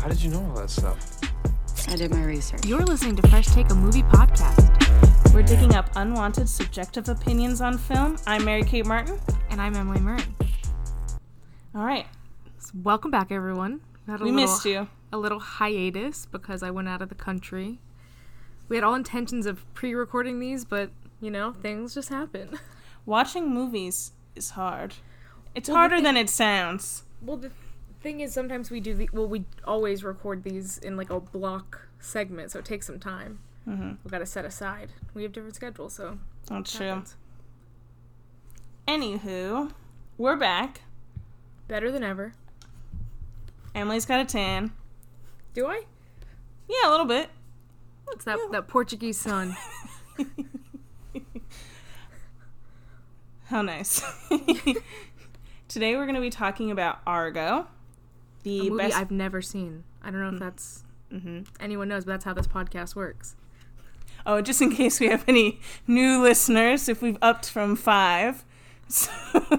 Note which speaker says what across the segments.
Speaker 1: How did you know all that stuff?
Speaker 2: I did my research.
Speaker 3: You're listening to Fresh Take a Movie Podcast.
Speaker 4: We're digging up unwanted subjective opinions on film. I'm Mary Kate Martin.
Speaker 3: And I'm Emily Murray.
Speaker 4: All right,
Speaker 3: So welcome back, everyone. Had a
Speaker 4: we
Speaker 3: little-
Speaker 4: missed you.
Speaker 3: A little hiatus because I went out of the country. We had all intentions of pre recording these, but, you know, things just happen.
Speaker 4: Watching movies is hard. It's harder than it sounds.
Speaker 3: Well, the thing is, sometimes we do the. Well, we always record these in like a block segment, so it takes some time. Mm-hmm. We've got to set aside. We have different schedules, so.
Speaker 4: Not
Speaker 3: it
Speaker 4: true.
Speaker 3: happens.
Speaker 4: Anywho, we're back.
Speaker 3: Better than ever.
Speaker 4: Emily's got a tan.
Speaker 3: Do I?
Speaker 4: Yeah, a little bit.
Speaker 3: It's that, that Portuguese sun.
Speaker 4: How nice. Today we're going to be talking about Argo,
Speaker 3: a
Speaker 4: the
Speaker 3: movie
Speaker 4: best. Mm-hmm.
Speaker 3: I've never seen. I don't know if that's anyone knows, but that's how this podcast works.
Speaker 4: Oh, just in case we have any new listeners, if we've upped from five. So-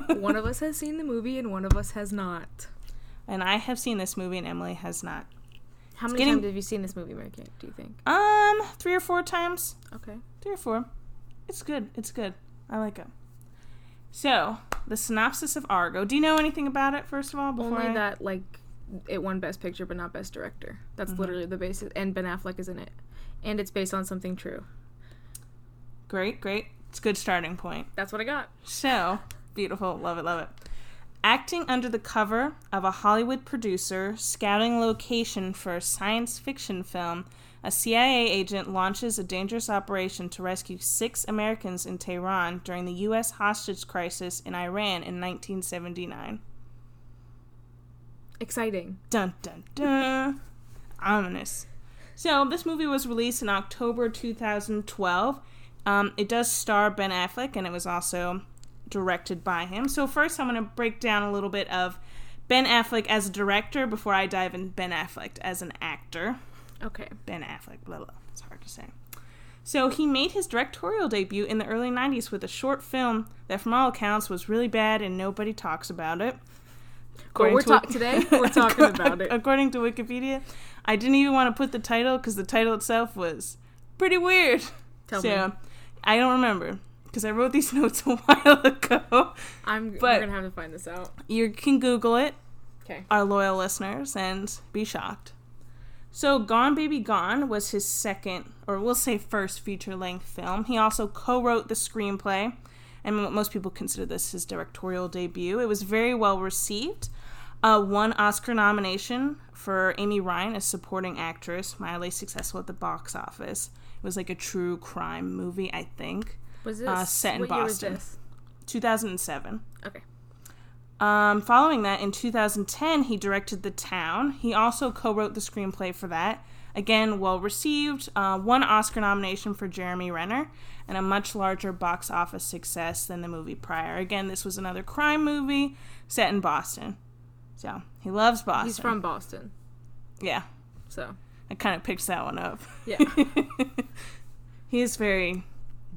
Speaker 3: One of us has seen the movie and one of us has not.
Speaker 4: and I have seen this movie, and Emily has not.
Speaker 3: How many
Speaker 4: getting-
Speaker 3: times have you seen this movie, Mary Kate? Do you think?
Speaker 4: Um, three or four times.
Speaker 3: Okay.
Speaker 4: Three or four. It's good. It's good. I like it. So, the synopsis of Argo. Do you know anything about it, first of all? Before
Speaker 3: Only
Speaker 4: I-
Speaker 3: that like it won Best Picture, but not Best Director. That's literally the basis. And Ben Affleck is in it, and it's based on something true.
Speaker 4: Great, great. It's a good starting point.
Speaker 3: That's what I got.
Speaker 4: So beautiful. Love it, love it. Acting under the cover of a Hollywood producer scouting location for a science fiction film, a CIA agent launches a dangerous operation to rescue six Americans in Tehran during the U.S. hostage crisis in Iran in 1979.
Speaker 3: Exciting.
Speaker 4: Dun dun dun. Ominous. So this movie was released in October 2012. Um, it does star Ben Affleck, and it was also directed by him. So first, I'm going to break down a little bit of Ben Affleck as a director before I dive in Ben Affleck as an actor.
Speaker 3: Okay.
Speaker 4: Ben Affleck, blah blah. It's hard to say. So he made his directorial debut in the early 90s with a short film that, from all accounts, was really bad and nobody talks about it.
Speaker 3: But
Speaker 4: According
Speaker 3: we're
Speaker 4: to Wik-
Speaker 3: talking today. We're talking about it.
Speaker 4: According to Wikipedia, I didn't even want to put the title because the title itself was pretty weird.
Speaker 3: Tell
Speaker 4: so,
Speaker 3: me.
Speaker 4: I don't remember because I wrote these notes a while ago.
Speaker 3: I'm.
Speaker 4: but-
Speaker 3: we're gonna have to find this out.
Speaker 4: You can Google it,
Speaker 3: Okay.
Speaker 4: our loyal listeners, and be shocked. So, Gone Baby Gone was his second, or we'll say first, feature length film. He also co wrote the screenplay, and mo- most people consider this his directorial debut. It was very well received. Uh, one Oscar nomination for Amy Ryan as supporting actress, mildly successful at the box office. It was like a true crime movie, I think.
Speaker 3: Was this
Speaker 4: uh, set in
Speaker 3: what year was
Speaker 4: Boston.
Speaker 3: this?
Speaker 4: 2007.
Speaker 3: Okay.
Speaker 4: Um, following that, in 2010, he directed The Town. He also co wrote the screenplay for that. Again, well received, uh, one Oscar nomination for Jeremy Renner, and a much larger box office success than the movie prior. Again, this was another crime movie set in Boston. So he loves Boston.
Speaker 3: He's from Boston,
Speaker 4: Yeah,
Speaker 3: so
Speaker 4: I kind of picked that one up.
Speaker 3: yeah.
Speaker 4: He is very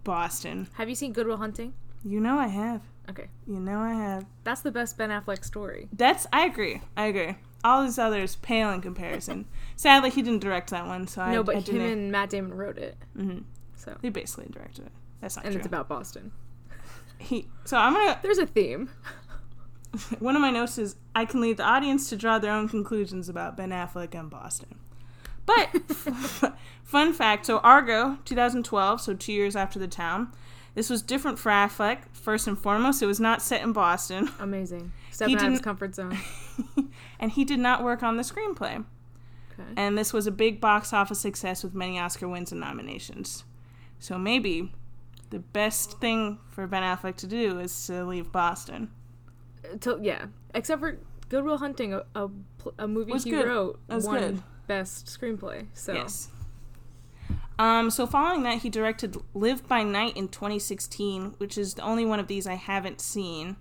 Speaker 4: Boston.
Speaker 3: have you seen Goodwill Hunting?
Speaker 4: You know I have.
Speaker 3: Okay.
Speaker 4: You know I have.
Speaker 3: That's the best Ben Affleck story.
Speaker 4: That's I agree. I agree. All these others pale in comparison. Sadly, he didn't direct that one, so I
Speaker 3: no, but
Speaker 4: I
Speaker 3: him
Speaker 4: didn't.
Speaker 3: and Matt Damon wrote it.
Speaker 4: Mhm.
Speaker 3: So
Speaker 4: he basically directed it. That's not
Speaker 3: and
Speaker 4: true.
Speaker 3: it's about Boston.
Speaker 4: he. So I'm gonna.
Speaker 3: There's a theme.
Speaker 4: One of my notes is I can leave the audience to draw their own conclusions about Ben Affleck and Boston. But fun fact: so Argo, 2012, so two years after the town. This was different for Affleck. First and foremost, it was not set in Boston.
Speaker 3: Amazing. Stepping out of his
Speaker 4: didn't-
Speaker 3: comfort zone.
Speaker 4: and he did not work on the screenplay.
Speaker 3: Okay.
Speaker 4: And this was a big box office success with many Oscar wins and nominations. So maybe the best thing for Ben Affleck to do is to leave Boston.
Speaker 3: To- yeah. Except for Goodwill Hunting, a, a, pl- a movie
Speaker 4: Was
Speaker 3: he
Speaker 4: good.
Speaker 3: wrote,
Speaker 4: That was
Speaker 3: won
Speaker 4: good.
Speaker 3: best screenplay. So
Speaker 4: Yes. Um, so following that, he directed Live by Night in 2016, which is the only one of these I haven't seen.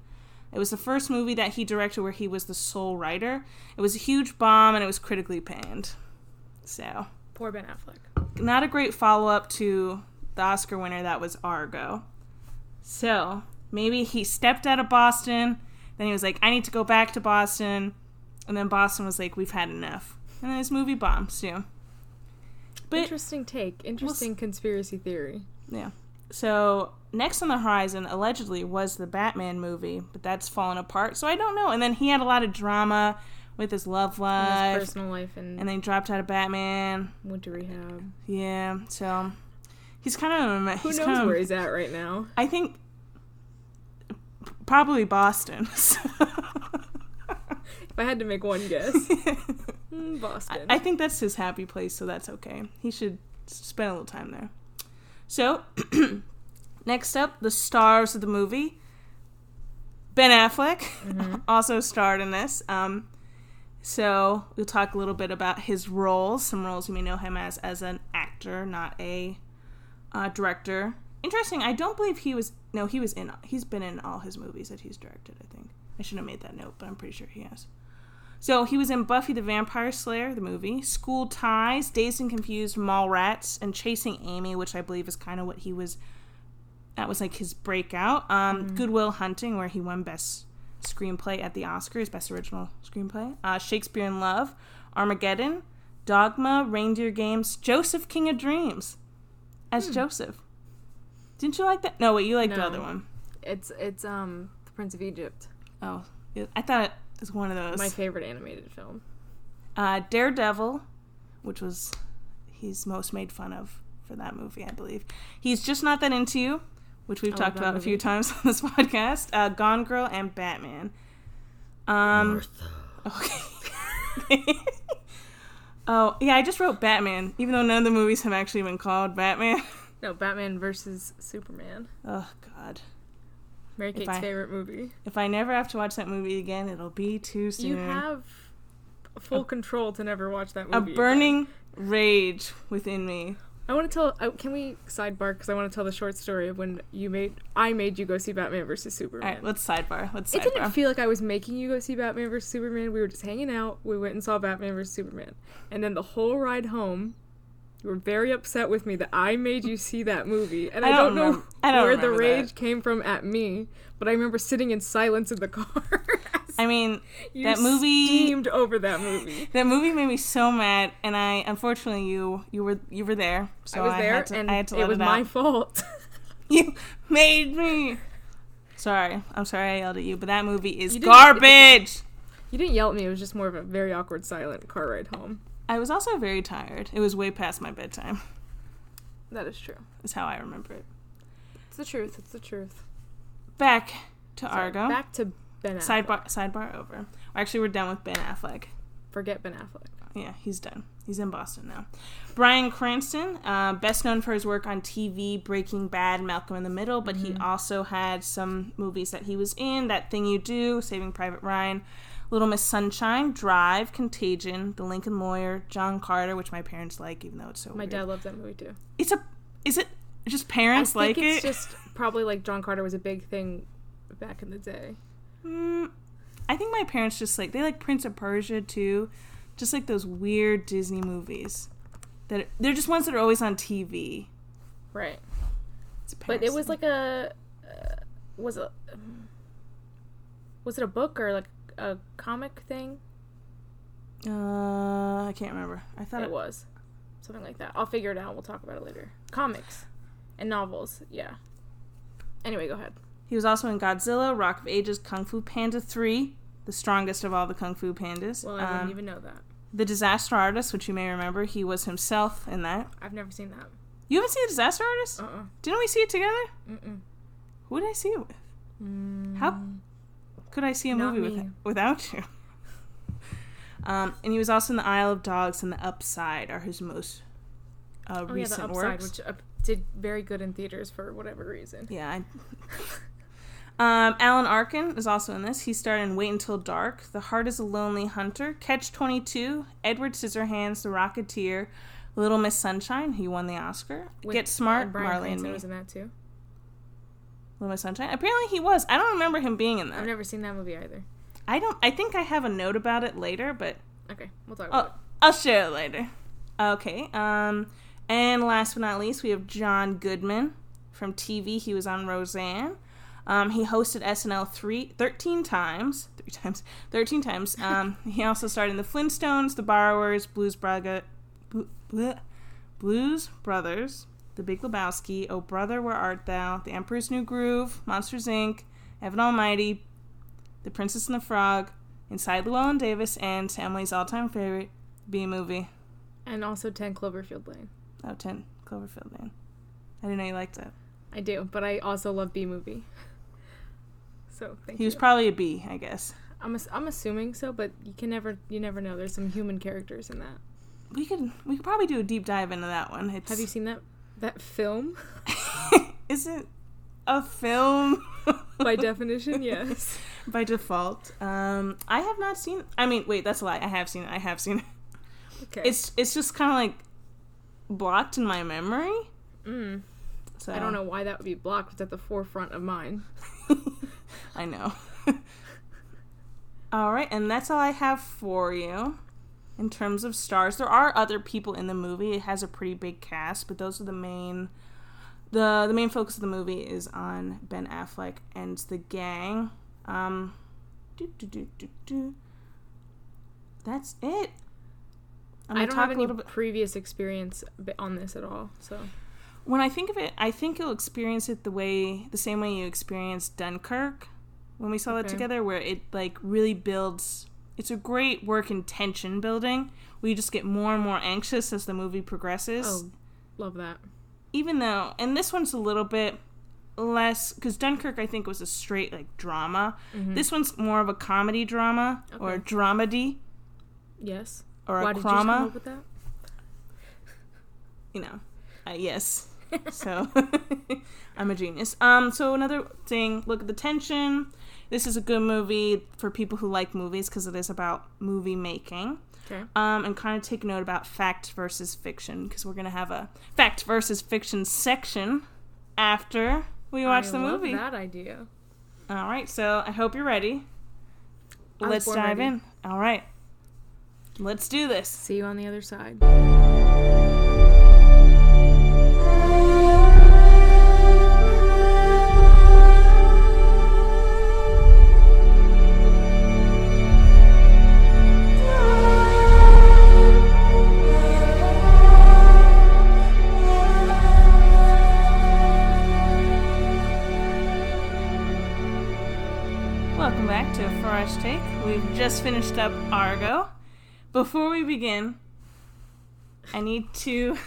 Speaker 4: It was the first movie that he directed where he was the sole writer. It was a huge bomb and it was critically panned. So,
Speaker 3: poor Ben Affleck.
Speaker 4: not a great follow up to the Oscar winner that was Argo. So maybe he stepped out of Boston, then he was like, I need to go back to Boston. And then Boston was like, We've had enough. and then this movie bombs too. But
Speaker 3: Interesting take. Interesting conspiracy theory.
Speaker 4: yeah. So next on the horizon allegedly was the Batman movie, but that's fallen apart. So I don't know. And then he had a lot of drama with his love
Speaker 3: His
Speaker 4: life,
Speaker 3: personal life and,
Speaker 4: and then he dropped out of Batman.
Speaker 3: went to rehab.
Speaker 4: Yeah. So he's kind of a me-
Speaker 3: Who
Speaker 4: he's
Speaker 3: knows
Speaker 4: kind of-
Speaker 3: where he's at right now?
Speaker 4: I think probably Boston.
Speaker 3: If I had to make one guess, mm, Boston.
Speaker 4: I think that's his happy place, so that's okay. He should s- spend a little time there. So, next up, the stars of the movie. Ben Affleck also starred in this. Um, so, we'll talk a little bit about his roles, some roles you may know him as, as an actor, not a uh, director. Interesting. I don't believe he was. No, he was in. He's been in all his movies that he's directed. I think I should have made that note, but I'm pretty sure he has. So he was in Buffy the Vampire Slayer, the movie, School Ties, Dazed and Confused, Mallrats, and Chasing Amy, which I believe is kind of what he was. That was like his breakout. Um,
Speaker 3: Mm-hmm.
Speaker 4: Goodwill Hunting, where he won Best Screenplay at the Oscars, Best Original Screenplay. Uh, Shakespeare in Love, Armageddon, Dogma, Reindeer Games, Joseph King of Dreams, as Joseph. Didn't you like that? No, wait, you liked the
Speaker 3: Hmm. No.
Speaker 4: other one.
Speaker 3: it's it's um the Prince of Egypt,
Speaker 4: Oh, yeah, I thought it was one of those.
Speaker 3: my favorite animated film.
Speaker 4: uh, Daredevil, which was he's most made fun of for that movie, I believe. He's just not that into you, which we've
Speaker 3: I love
Speaker 4: talked
Speaker 3: Oh, that
Speaker 4: about a few
Speaker 3: movie.
Speaker 4: times on this podcast. Uh, Gone Girl and Batman. Um, okay. oh yeah, I just wrote Batman, even though none of the movies have actually been called Batman.
Speaker 3: No, Batman versus Superman.
Speaker 4: Oh God.
Speaker 3: Mary Kate's
Speaker 4: I-
Speaker 3: favorite movie.
Speaker 4: If I never have to watch that movie again, it'll be too soon.
Speaker 3: You have full control to never watch that
Speaker 4: a
Speaker 3: movie. again.
Speaker 4: burning rage within me.
Speaker 3: I want to tell. I, can we sidebar? Because I want to tell the short story of when you made. I made you go see Batman versus Superman.
Speaker 4: All right, let's sidebar. Let's
Speaker 3: it
Speaker 4: sidebar.
Speaker 3: didn't feel like I was making you go see Batman versus Superman. We were just hanging out. We went and saw Batman versus Superman, and then the whole ride home, you were very upset with me that I made you see that movie, and I,
Speaker 4: I
Speaker 3: don't,
Speaker 4: don't
Speaker 3: know
Speaker 4: remem- I don't
Speaker 3: where the
Speaker 4: remember
Speaker 3: rage
Speaker 4: that.
Speaker 3: came from at me. But I remember sitting in silence in the car.
Speaker 4: I mean,
Speaker 3: you
Speaker 4: that movie-
Speaker 3: steamed over that movie.
Speaker 4: That movie made me so mad, and I unfortunately you you were you were there, so
Speaker 3: I was there,
Speaker 4: had to,
Speaker 3: and
Speaker 4: I had to
Speaker 3: it
Speaker 4: let
Speaker 3: was
Speaker 4: out.
Speaker 3: my fault.
Speaker 4: You made me. Sorry, I'm sorry I yelled at you, but that movie is
Speaker 3: You didn't-
Speaker 4: garbage.
Speaker 3: you didn't yell at me. It was just more of a very awkward, silent car ride home.
Speaker 4: I was also very tired. It was way past my bedtime.
Speaker 3: That is true.
Speaker 4: Is how I remember it.
Speaker 3: It's the truth. It's the truth.
Speaker 4: Back to
Speaker 3: Sorry,
Speaker 4: Argo.
Speaker 3: Back to Ben. Affleck.
Speaker 4: sidebar sidebar over. Actually, we're done with Ben Affleck.
Speaker 3: Forget Ben Affleck.
Speaker 4: Yeah, he's done. He's in Boston now. Brian Cranston, uh, best known for his work on TV, Breaking Bad, Malcolm in the Middle, but
Speaker 3: Mm-hmm.
Speaker 4: he also had some movies that he was in That Thing You Do, Saving Private Ryan, Little Miss Sunshine, Drive, Contagion, The Lincoln Lawyer, John Carter, which my parents like, even though it's so
Speaker 3: My
Speaker 4: weird.
Speaker 3: dad loved that movie too.
Speaker 4: It's a. Is it just parents
Speaker 3: I think
Speaker 4: like
Speaker 3: it's
Speaker 4: it?
Speaker 3: just probably like John Carter was a big thing back in the day.
Speaker 4: Mm, I think my parents just like they like Prince of Persia too, just like those weird Disney movies. That they're just ones that are always on TV.
Speaker 3: Right.
Speaker 4: It's a
Speaker 3: But it
Speaker 4: parents
Speaker 3: was
Speaker 4: thing.
Speaker 3: like a uh, was a was it a book or like a comic thing?
Speaker 4: uh, I can't remember. I thought
Speaker 3: It
Speaker 4: it
Speaker 3: was
Speaker 4: was.
Speaker 3: something like that. I'll figure it out. We'll talk about it later. Comics and novels. Yeah. Anyway, go ahead.
Speaker 4: He was also in Godzilla, Rock of Ages, Kung Fu Panda 3, the strongest of all the Kung Fu Pandas.
Speaker 3: Well, I
Speaker 4: Um,
Speaker 3: wouldn't even know that.
Speaker 4: The Disaster Artist, which you may remember, he was himself in that.
Speaker 3: I've never seen that.
Speaker 4: You haven't seen The Disaster Artist?
Speaker 3: Uh uh
Speaker 4: Didn't we see it together?
Speaker 3: Mm-mm.
Speaker 4: Who did I see it with? How could I see a
Speaker 3: Mm. Not
Speaker 4: movie with,
Speaker 3: me.
Speaker 4: without you? Um, and he was also in The Isle of Dogs and The Upside are his most uh,
Speaker 3: Oh, yeah,
Speaker 4: recent
Speaker 3: the upside,
Speaker 4: works.
Speaker 3: which uh, did very good in theaters for whatever reason.
Speaker 4: Yeah. I... um, Alan Arkin is also in this. He starred in Wait Until Dark, The Heart is a Lonely Hunter, Catch 22, Edward Scissorhands, The Rocketeer, Little Miss Sunshine. He won the Oscar.
Speaker 3: With-
Speaker 4: Get Smart,
Speaker 3: and Bryan
Speaker 4: Marley and
Speaker 3: Cranston
Speaker 4: Me.
Speaker 3: was in that too.
Speaker 4: Little Miss Sunshine. Apparently he was. I don't remember him being in
Speaker 3: I've
Speaker 4: that.
Speaker 3: never seen that movie either.
Speaker 4: I don't. I think I have a note about it later, but
Speaker 3: Okay, we'll talk about
Speaker 4: I'll, Oh, I'll share it later. Okay. Um, and last but not least, we have John Goodman from TV. He was on Roseanne. Um, he hosted SNL three, 13 times, three times, 13 times. Um, he also starred in The Flintstones, The Borrowers, Blues, Braga, Blu- bleh, Blues Brothers, The Big Lebowski, Oh Brother, Where Art Thou, The Emperor's New Groove, Monsters, Inc., Evan Almighty, The Princess and the Frog, Inside Llewellyn Davis, and Emily's all-time favorite, B-Movie.
Speaker 3: And also 10 Cloverfield Lane.
Speaker 4: Oh, 10 Cloverfield Lane. I didn't know you liked that.
Speaker 3: I do, but I also love B movie. So thank
Speaker 4: He
Speaker 3: you.
Speaker 4: was probably a B, I guess.
Speaker 3: I'm ass- I'm assuming so, but you can never you never know. There's some human characters in that.
Speaker 4: We could we could probably do a deep dive into that one. It's,
Speaker 3: Have you seen that that film?
Speaker 4: isn't a film
Speaker 3: By definition, yes.
Speaker 4: by default. Um, I have not seen. I mean, wait, that's a lie. I have seen it. I have seen it.
Speaker 3: Okay.
Speaker 4: It's it's just kind of like blocked in my memory.
Speaker 3: Mm.
Speaker 4: So
Speaker 3: I don't know why that would be blocked. It's at the forefront of mine.
Speaker 4: I know. all right, and that's all I have for you. In terms of stars, there are other people in the movie. It has a pretty big cast, but those are the main. the The main focus of the movie is on Ben Affleck and the gang. Um, do, do, do, do, do. That's it. I'm
Speaker 3: I
Speaker 4: gonna
Speaker 3: don't
Speaker 4: talk
Speaker 3: have
Speaker 4: a
Speaker 3: any
Speaker 4: little bit-
Speaker 3: previous experience bi- on this at all. So
Speaker 4: when I think of it, I think you'll experience it the way the same way you experienced Dunkirk when we saw it
Speaker 3: Okay.
Speaker 4: together, where it like really builds. It's a great work in tension building. We just get more and more anxious as the movie progresses.
Speaker 3: oh, love that.
Speaker 4: Even though, and this one's a little bit less because Dunkirk I think was a straight like drama. This one's more of a comedy drama or a
Speaker 3: Mm-hmm. Okay.
Speaker 4: dramedy
Speaker 3: Yes.
Speaker 4: or
Speaker 3: why
Speaker 4: a
Speaker 3: did you just come
Speaker 4: drama.
Speaker 3: up with that?
Speaker 4: you know, uh, yes. So I'm a genius. Um, so another thing, look at the tension. This is a good movie for people who like movies because it is about movie making.
Speaker 3: Okay.
Speaker 4: Um, and kind of take note about fact versus fiction because we're gonna have a fact versus fiction section after we watch
Speaker 3: I
Speaker 4: the
Speaker 3: love
Speaker 4: movie.
Speaker 3: That idea.
Speaker 4: All right. So I hope you're ready.
Speaker 3: I was
Speaker 4: Let's
Speaker 3: born
Speaker 4: dive
Speaker 3: ready.
Speaker 4: in. All right. Let's do this.
Speaker 3: See you on the other side.
Speaker 4: Welcome back to a Fresh Take. We've just finished up Argo. Before we begin, I need to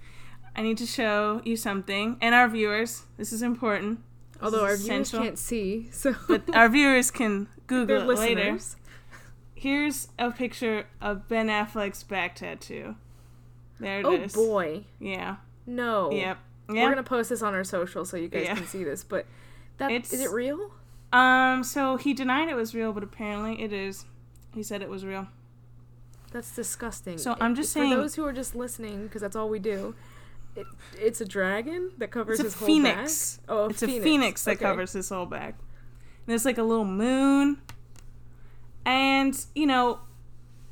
Speaker 4: I need to show you something and our viewers. This is important.
Speaker 3: Although our viewers
Speaker 4: essential.
Speaker 3: can't see, so
Speaker 4: But our viewers can
Speaker 3: they're
Speaker 4: Google it later.
Speaker 3: listeners.
Speaker 4: Here's a picture of Ben Affleck's back tattoo. There it
Speaker 3: Oh
Speaker 4: is.
Speaker 3: boy.
Speaker 4: Yeah.
Speaker 3: No.
Speaker 4: Yep.
Speaker 3: We're
Speaker 4: Yeah.
Speaker 3: gonna post this on our social so you guys
Speaker 4: Yeah.
Speaker 3: can see this. But that is
Speaker 4: It's-
Speaker 3: it real?
Speaker 4: Um so he denied it was real, but apparently it is. He said it was real.
Speaker 3: That's disgusting.
Speaker 4: So I'm just saying-
Speaker 3: for those who are just listening, because that's all we do. It, it's a dragon that covers
Speaker 4: It's a
Speaker 3: his whole
Speaker 4: phoenix.
Speaker 3: back. Oh,
Speaker 4: it's a phoenix that
Speaker 3: Okay.
Speaker 4: covers his whole back. And there's like a little moon. And, you know,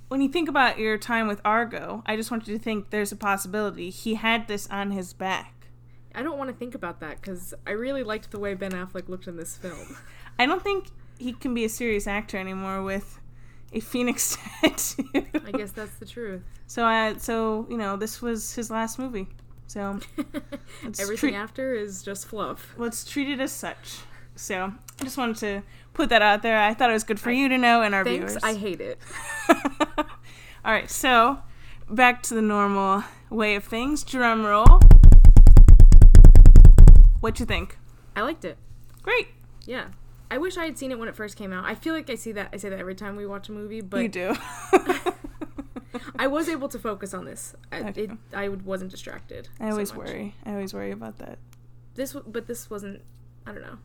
Speaker 4: when you think about your time with Argo, I just want you to think there's a possibility he had this on his back.
Speaker 3: I don't want to think about that because I really liked the way Ben Affleck looked in this film.
Speaker 4: I don't think he can be a serious actor anymore with a phoenix tattoo.
Speaker 3: I guess that's the truth.
Speaker 4: So, I, so you know, this was his last movie. So It's
Speaker 3: Everything
Speaker 4: true.
Speaker 3: after is just fluff.
Speaker 4: let's treat it as such. So I just wanted to put that out there. I thought it was good for you to know and our
Speaker 3: Thanks,
Speaker 4: viewers.
Speaker 3: I hate it.
Speaker 4: All right, so back to the normal way of things. Drum roll. What you think?
Speaker 3: I liked it.
Speaker 4: Great.
Speaker 3: Yeah. I wish I had seen it when it first came out. I feel like I see that I say that every time we watch a movie, but
Speaker 4: you do.
Speaker 3: I was able to focus on this. I,
Speaker 4: Okay.
Speaker 3: it, I wasn't distracted.
Speaker 4: I
Speaker 3: so
Speaker 4: always
Speaker 3: much.
Speaker 4: worry. I always worry about that.
Speaker 3: This, w- but this wasn't. I don't know.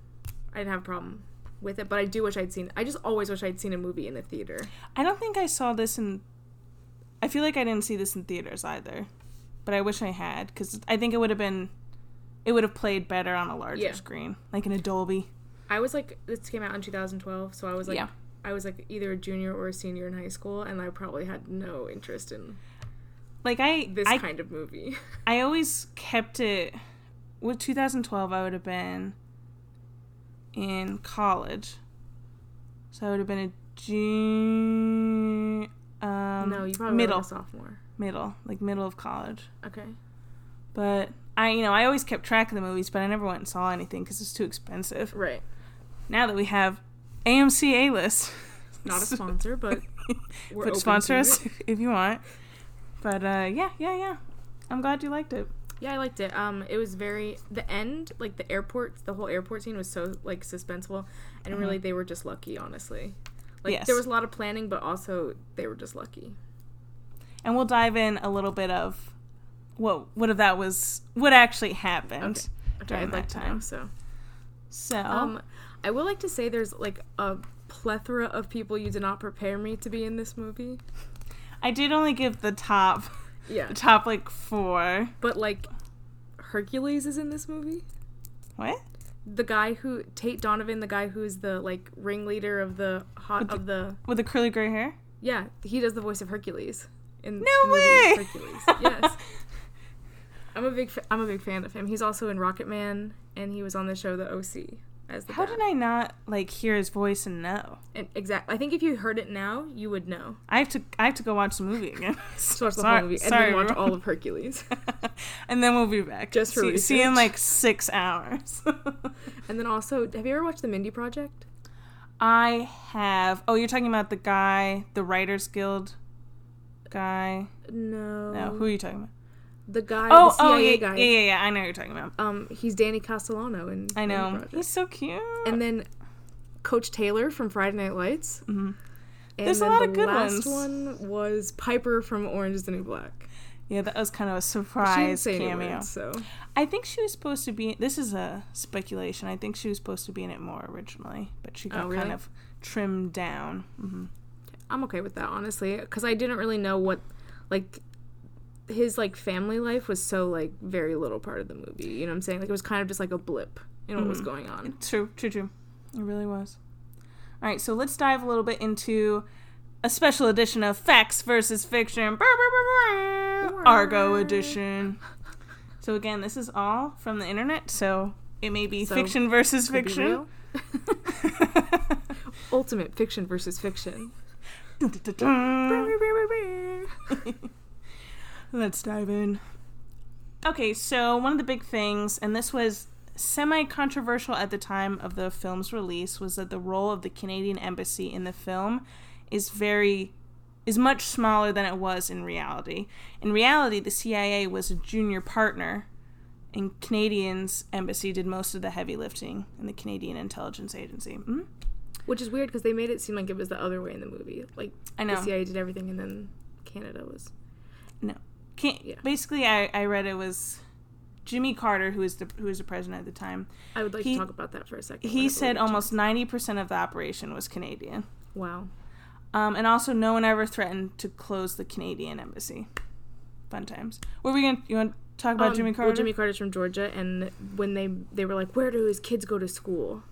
Speaker 3: I didn't have a problem with it, but I do wish I'd seen. I just always wish I'd seen a movie in the theater.
Speaker 4: I don't think I saw this in. I feel like I didn't see this in theaters either, but I wish I had because I think it would have been, it would have played better on a larger
Speaker 3: Yeah.
Speaker 4: screen, like in a Dolby.
Speaker 3: I was like, this came out in 2012, so I was like,
Speaker 4: Yeah.
Speaker 3: I was like either a junior or a senior in high school, and I probably had no interest in
Speaker 4: Like I,
Speaker 3: this
Speaker 4: I
Speaker 3: kind of movie.
Speaker 4: I always kept it with 2012. I would have been in college. So I would have been a junior. Um,
Speaker 3: no, you probably middle
Speaker 4: middle,
Speaker 3: were a sophomore.
Speaker 4: middle, like middle of college.
Speaker 3: Okay.
Speaker 4: But I, you know, I always kept track of the movies, but I never went and saw anything because it's too expensive.
Speaker 3: Right.
Speaker 4: Now that we have AMC A List,
Speaker 3: Not a sponsor, but we're open
Speaker 4: but
Speaker 3: to
Speaker 4: sponsor
Speaker 3: it.
Speaker 4: us if you want. But uh, yeah, yeah, yeah. I'm glad you liked it.
Speaker 3: Yeah, I liked it. Um, it was very the end, like the airport, the whole airport scene was so like suspenseful, and really they were just lucky, honestly. Like
Speaker 4: Yes.
Speaker 3: there was a lot of planning, but also they were just lucky.
Speaker 4: and we'll dive in a little bit of what what of that was what actually happened.
Speaker 3: Okay. Okay,
Speaker 4: During
Speaker 3: I'd like
Speaker 4: that
Speaker 3: to know.
Speaker 4: time.
Speaker 3: So,
Speaker 4: So
Speaker 3: um, I will like to say there's like a plethora of people you did not prepare me to be in this movie.
Speaker 4: I did only give the top
Speaker 3: Yeah,
Speaker 4: the top like four.
Speaker 3: but like Hercules is in this movie.
Speaker 4: What?
Speaker 3: The guy who Tate Donovan, the guy who's the like ringleader of the hot of the
Speaker 4: With the curly gray hair?
Speaker 3: yeah, he does the voice of Hercules in
Speaker 4: No
Speaker 3: the movie
Speaker 4: way!
Speaker 3: Hercules. Yes. I'm a big fa- I'm a big fan of him. He's also in Rocket Man, and he was on the show The OC as the
Speaker 4: How
Speaker 3: dad.
Speaker 4: did I not like hear his voice and know?
Speaker 3: And exact. I think if you heard it now, you would know.
Speaker 4: I have to I have to go watch the movie again.
Speaker 3: Just watch the
Speaker 4: Sorry-
Speaker 3: whole movie and
Speaker 4: sorry,
Speaker 3: then watch
Speaker 4: everyone.
Speaker 3: all of Hercules,
Speaker 4: and then we'll be back.
Speaker 3: Just for
Speaker 4: see, see you in
Speaker 3: research.
Speaker 4: like six hours.
Speaker 3: and then also, have you ever watched the Mindy Project?
Speaker 4: I have oh you're talking about the guy, the writers guild guy.
Speaker 3: No.
Speaker 4: No, who are you talking about?
Speaker 3: The guy, the
Speaker 4: Oh, oh,
Speaker 3: CIA
Speaker 4: yeah,
Speaker 3: guy.
Speaker 4: yeah, yeah, yeah. I know who you're talking about.
Speaker 3: Um, he's Danny Castellano in
Speaker 4: I
Speaker 3: Mindy
Speaker 4: know.
Speaker 3: Project.
Speaker 4: He's so cute.
Speaker 3: and then Coach Taylor from Friday Night Lights. Mm-hmm. And
Speaker 4: There's a
Speaker 3: then
Speaker 4: lot
Speaker 3: the
Speaker 4: of good
Speaker 3: last
Speaker 4: ones.
Speaker 3: one was Piper from Orange is the New Black.
Speaker 4: yeah, that was kind of a
Speaker 3: She didn't
Speaker 4: surprise
Speaker 3: say any
Speaker 4: cameo.
Speaker 3: words, so
Speaker 4: I think she was supposed to be. This is a speculation. I think she was supposed to be in it more originally, but she got
Speaker 3: Oh, really?
Speaker 4: kind of trimmed down. hmm
Speaker 3: I'm okay with that honestly, because I didn't really know what like his like family life was so like very little part of the movie. You know what I'm saying? Like it was kind of just like a blip in what was
Speaker 4: Mm-hmm.
Speaker 3: going on.
Speaker 4: True, true, true. It really was. All right, so let's dive a little bit into a special edition of Facts versus Fiction, Brr, brr, brr, brr. Argo edition. So again, this is all from the internet, so it may be
Speaker 3: So,
Speaker 4: fiction versus
Speaker 3: Could be
Speaker 4: fiction.
Speaker 3: real. Ultimate fiction versus fiction.
Speaker 4: Let's dive in. Okay, so one of the big things, and this was semi controversial at the time of the film's release, was that the role of the Canadian embassy in the film is very is much smaller than it was in reality. In reality, the CIA was a junior partner and Canadian's embassy did most of the heavy lifting in the Canadian intelligence agency. Mm?
Speaker 3: Which is weird because they made it seem like it was the other way in the movie. Like
Speaker 4: I know.
Speaker 3: the CIA did everything and then Canada was
Speaker 4: No. Can-
Speaker 3: Yeah.
Speaker 4: Basically, I, I read it was Jimmy Carter, who was the who was the president at the time.
Speaker 3: I would like
Speaker 4: He-
Speaker 3: to talk about that for a second.
Speaker 4: He
Speaker 3: whenever we
Speaker 4: said um,
Speaker 3: get a chance.
Speaker 4: almost ninety percent of the operation was Canadian,
Speaker 3: Wow.
Speaker 4: um, and also no one ever threatened to close the Canadian embassy. Fun times. What were we gonna? You want to talk about
Speaker 3: Um,
Speaker 4: Jimmy Carter?
Speaker 3: Well, Jimmy Carter's from Georgia, and when they they were like, "Where do his kids go to school?"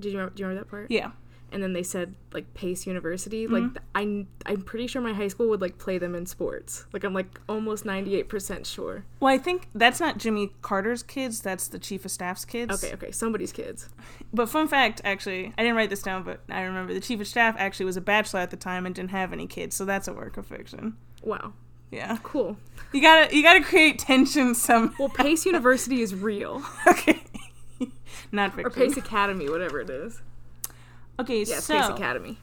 Speaker 3: Did you remember, do you remember that part?
Speaker 4: yeah. Mm-hmm.
Speaker 3: And then they said like Pace University. Like th- I'm I'm pretty sure my high school would like play them in sports. Like I'm like almost 98 percent sure.
Speaker 4: Well, I think that's not Jimmy Carter's kids. That's the chief of staff's kids.
Speaker 3: Okay, okay, somebody's kids.
Speaker 4: But fun fact, actually, I didn't write this down, but I remember the chief of staff actually was a bachelor at the time and didn't have any kids, so that's a work of fiction.
Speaker 3: Wow,
Speaker 4: Yeah.
Speaker 3: cool.
Speaker 4: You gotta you gotta create tension some
Speaker 3: Well, Pace University is real,
Speaker 4: okay. Not
Speaker 3: or
Speaker 4: fiction.
Speaker 3: Pace Academy, whatever it is.
Speaker 4: Okay,
Speaker 3: Yeah, it's
Speaker 4: so
Speaker 3: Pace Academy.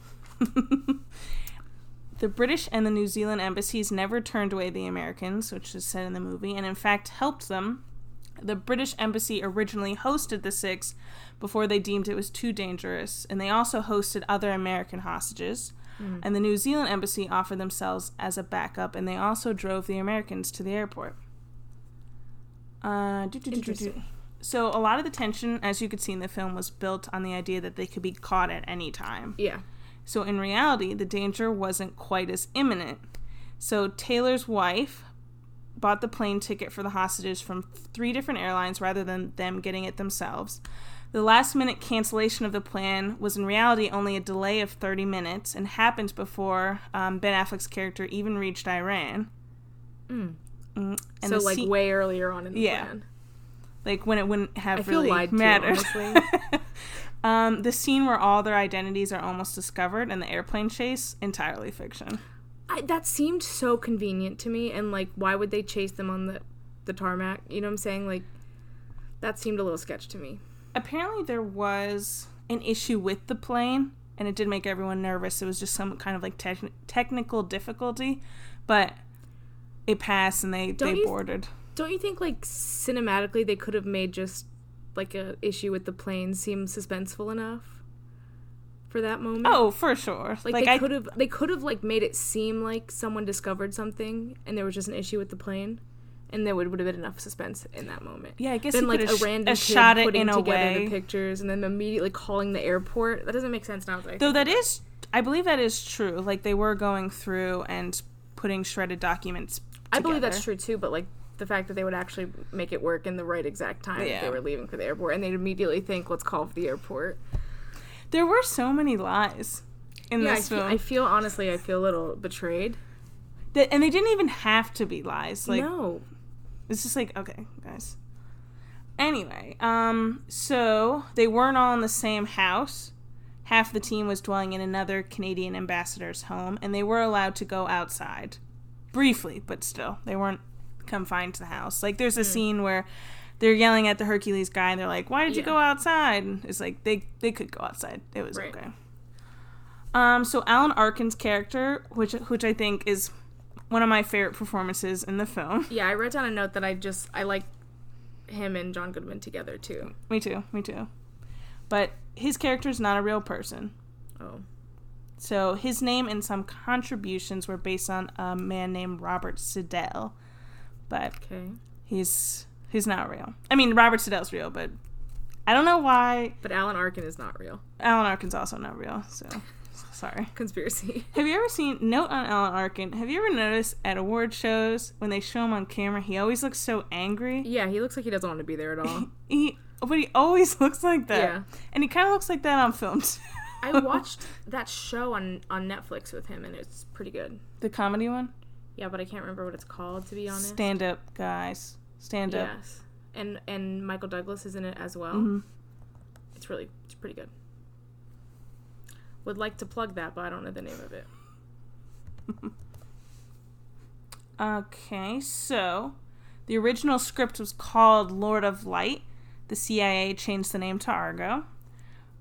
Speaker 4: the British and the New Zealand embassies never turned away the Americans, which is said in the movie, and in fact helped them. The British embassy originally hosted the six before they deemed it was too dangerous, and they also hosted other American hostages. And the New Zealand embassy offered themselves as a backup, and they also drove the Americans to the airport. Uh, do, do, do, do, do.
Speaker 3: Interesting.
Speaker 4: So, a lot of the tension, as you could see in the film, was built on the idea that they could be caught at any time.
Speaker 3: Yeah.
Speaker 4: So in reality, the danger wasn't quite as imminent. So Taylor's wife bought the plane ticket for the hostages from three different airlines rather than them getting it themselves. The last minute cancellation of the plan was in reality only a delay of 30 minutes and happened before um, Ben Affleck's character even reached Iran. Mm. And
Speaker 3: so
Speaker 4: the
Speaker 3: like
Speaker 4: se-
Speaker 3: way earlier on in the
Speaker 4: Yeah.
Speaker 3: plan.
Speaker 4: like when it wouldn't have
Speaker 3: I feel
Speaker 4: really
Speaker 3: lied to,
Speaker 4: mattered.
Speaker 3: honestly.
Speaker 4: Um, the scene where all their identities are almost discovered and the airplane chase, entirely fiction.
Speaker 3: I, that seemed so convenient to me, and like, why would they chase them on the the tarmac? You know what I'm saying? Like, that seemed a little sketch to me.
Speaker 4: Apparently, there was an issue with the plane, and it did make everyone nervous. It was just some kind of like techn technical difficulty, but it passed and they,
Speaker 3: Don't
Speaker 4: they
Speaker 3: you-
Speaker 4: boarded.
Speaker 3: Don't you think like cinematically they could have made just like a issue with the plane seem suspenseful enough for that moment?
Speaker 4: Oh, for sure.
Speaker 3: Like,
Speaker 4: Like,
Speaker 3: they
Speaker 4: I
Speaker 3: could have they could have like made it seem like someone discovered something and there was just an issue with the plane and there would, would have been enough suspense in that moment.
Speaker 4: Yeah, I guess
Speaker 3: Then
Speaker 4: you
Speaker 3: like
Speaker 4: could
Speaker 3: a
Speaker 4: have sh-
Speaker 3: random
Speaker 4: have
Speaker 3: kid
Speaker 4: shot it
Speaker 3: putting
Speaker 4: in a
Speaker 3: together
Speaker 4: way.
Speaker 3: the pictures and then immediately calling the airport. That doesn't make sense now. that I
Speaker 4: Though that is, I believe that is true. Like they were going through and putting shredded documents.
Speaker 3: I believe that's
Speaker 4: together.
Speaker 3: true too, but like the fact that they would actually make it work in the right exact time that
Speaker 4: Yeah.
Speaker 3: they were leaving for the airport, and they'd immediately think, "Let's call for the airport."
Speaker 4: There were so many lies in
Speaker 3: Yeah, I
Speaker 4: this
Speaker 3: feel,
Speaker 4: film,
Speaker 3: I feel honestly, I feel a little betrayed.
Speaker 4: Th- and they didn't even have to be lies. Like
Speaker 3: no,
Speaker 4: it's just like okay, guys. Anyway, um, so they weren't all in the same house. Half the team was dwelling in another Canadian ambassador's home, and they were allowed to go outside briefly, but still, they weren't confined to the house. Like, there's a
Speaker 3: Hmm.
Speaker 4: scene where they're yelling at the Hercules guy, and they're like, "Why did you
Speaker 3: Yeah.
Speaker 4: go outside?" And it's like they they could go outside. It was
Speaker 3: Right.
Speaker 4: okay. Um, so Alan Arkin's character, which which I think is one of my favorite performances in the film.
Speaker 3: yeah, I wrote down a note that I just I like him and John Goodman together too.
Speaker 4: Me too. Me too. But his character's not a real person.
Speaker 3: Oh,
Speaker 4: So his name and some contributions were based on a man named Robert Siddell, but
Speaker 3: okay,
Speaker 4: he's he's not real. I mean, Robert Siddell's real, but I don't know why
Speaker 3: but Alan Arkin is not real.
Speaker 4: Alan Arkin's also not real. So sorry.
Speaker 3: Conspiracy.
Speaker 4: Have you ever seen note on Alan Arkin? Have you ever noticed at award shows when they show him on camera, he always looks so angry?
Speaker 3: yeah, he looks like he doesn't want to be there at all.
Speaker 4: He but he always looks like that.
Speaker 3: Yeah.
Speaker 4: And he kind of looks like that on film. too.
Speaker 3: I watched that show on on Netflix with him, and it's pretty good.
Speaker 4: the comedy one.
Speaker 3: Yeah, but I can't remember what it's called to be honest.
Speaker 4: Stand up, guys. Stand up.
Speaker 3: Yes. And and Michael Douglas is in it as well.
Speaker 4: Mhm.
Speaker 3: It's really it's pretty good. Would like to plug that, but I don't know the name of it.
Speaker 4: Okay, so the original script was called Lord of Light. The CIA changed the name to Argo.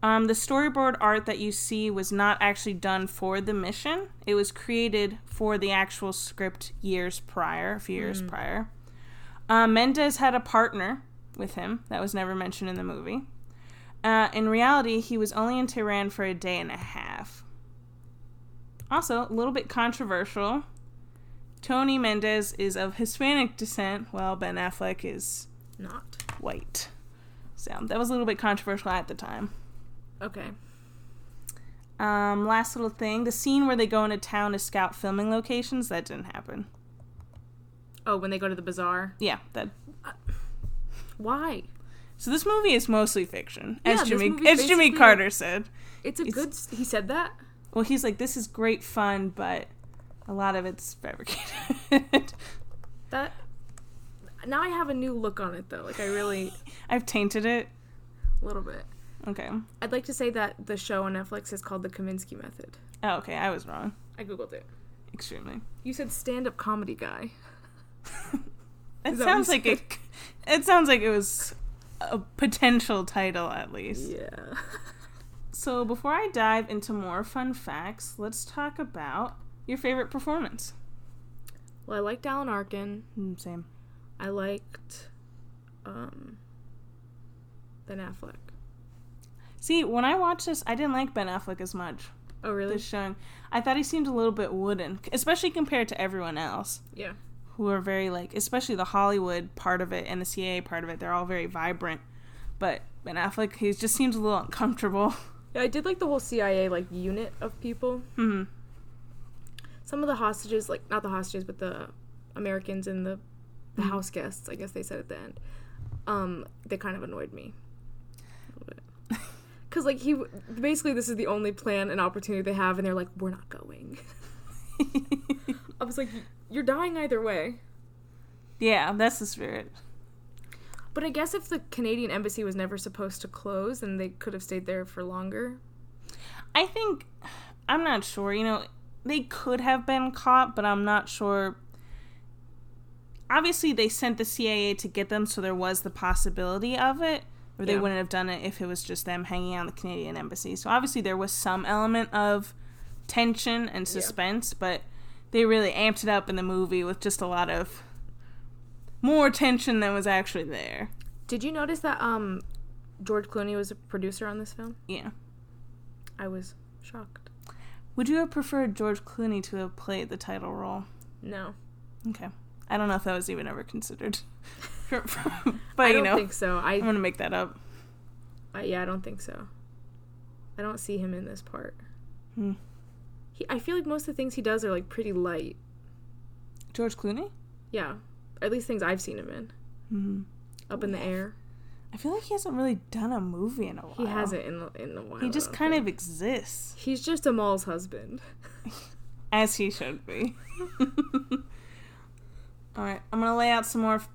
Speaker 4: Um, the storyboard art that you see was not actually done for the mission. It was created for the actual script years prior, a few years prior. Uh, Mendez had a partner with him that was never mentioned in the movie. Uh, in reality, he was only in Tehran for a day and a half. Also, a little bit controversial. Tony Mendez is of Hispanic descent, while Ben Affleck is
Speaker 3: Not.
Speaker 4: white. So that was a little bit controversial at the time.
Speaker 3: Okay.
Speaker 4: Um, last little thing the scene where they go into town to scout filming locations, that didn't happen.
Speaker 3: Oh, when they go to the bazaar.
Speaker 4: Yeah, that.
Speaker 3: Why?
Speaker 4: So this movie is mostly fiction, as
Speaker 3: Yeah, this
Speaker 4: Jimmy
Speaker 3: movie's
Speaker 4: as Jimmy
Speaker 3: basically-
Speaker 4: Carter said.
Speaker 3: It's a
Speaker 4: It's-
Speaker 3: good s- he said that?
Speaker 4: Well, he's like, this is great fun, but a lot of it's fabricated.
Speaker 3: That now I have a new look on it though. Like I really
Speaker 4: I've tainted it.
Speaker 3: a little bit.
Speaker 4: Okay.
Speaker 3: I'd like to say that the show on Netflix is called The Kaminsky Method.
Speaker 4: Oh, okay. I was wrong.
Speaker 3: I googled it.
Speaker 4: Extremely.
Speaker 3: You said stand-up comedy guy. Is
Speaker 4: It
Speaker 3: that what you
Speaker 4: sounds like it. It sounds like it was a potential title at least.
Speaker 3: Yeah.
Speaker 4: So before I dive into more fun facts, let's talk about your favorite performance.
Speaker 3: Well, I liked Alan Arkin.
Speaker 4: Mm, Same.
Speaker 3: I liked um Ben Affleck.
Speaker 4: See, when I watched this, I didn't like Ben Affleck as much.
Speaker 3: Oh really?
Speaker 4: This showing, I thought he seemed a little bit wooden, especially compared to everyone else
Speaker 3: yeah.
Speaker 4: who are very like, especially the Hollywood part of it and the CIA part of it. They're all very vibrant, but Ben Affleck, he just seems a little uncomfortable.
Speaker 3: Yeah, I did like the whole CIA like unit of people.
Speaker 4: Mhm.
Speaker 3: Some of the hostages, like not the hostages, but the Americans and the, the house guests, I guess they said at the end. Um, they kind of annoyed me. Because like he, w- basically this is the only plan and opportunity they have, and they're like, we're not going. I was like, you're dying either way.
Speaker 4: yeah, that's the spirit.
Speaker 3: But I guess if the Canadian embassy was never supposed to close, then they could have stayed there for longer.
Speaker 4: I think I'm not sure. You know, they could have been caught, but I'm not sure. Obviously, they sent the CIA to get them, so there was the possibility of it, or they
Speaker 3: Yeah.
Speaker 4: wouldn't have done it if it was just them hanging out at the Canadian embassy. So obviously, there was some element of tension and suspense, but they really amped it up in the movie with just a lot of more tension than was actually there.
Speaker 3: Did you notice that um, George Clooney was a producer on this film?
Speaker 4: Yeah.
Speaker 3: I was shocked.
Speaker 4: Would you have preferred George Clooney to have played the title role?
Speaker 3: No,
Speaker 4: Okay. I don't know if that was even ever considered. For- for- but
Speaker 3: I
Speaker 4: you
Speaker 3: don't
Speaker 4: know,
Speaker 3: think so.
Speaker 4: I'm
Speaker 3: I,
Speaker 4: gonna make that up.
Speaker 3: I yeah, I don't think so. I don't see him in this part.
Speaker 4: Hmm.
Speaker 3: He, I feel like most of the things he does are like pretty light.
Speaker 4: George Clooney?
Speaker 3: Yeah, at least things I've seen him in.
Speaker 4: Hmm.
Speaker 3: Up in the air,
Speaker 4: I feel like he hasn't really done a movie in a while.
Speaker 3: he has it in the, in the wild.
Speaker 4: He just kind of exists,
Speaker 3: He's just Amal's husband.
Speaker 4: as he should be. All right, I'm gonna lay out some more. f-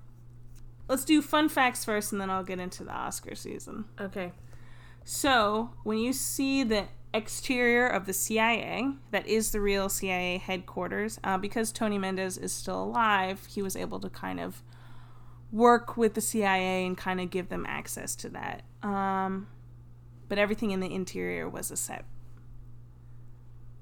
Speaker 4: Let's do fun facts first, and then I'll get into the Oscar season.
Speaker 3: Okay.
Speaker 4: So, when you see the exterior of the CIA, that is the real CIA headquarters, uh, because Tony Mendez is still alive, he was able to kind of work with the CIA and kind of give them access to that. Um, but everything in the interior was a set.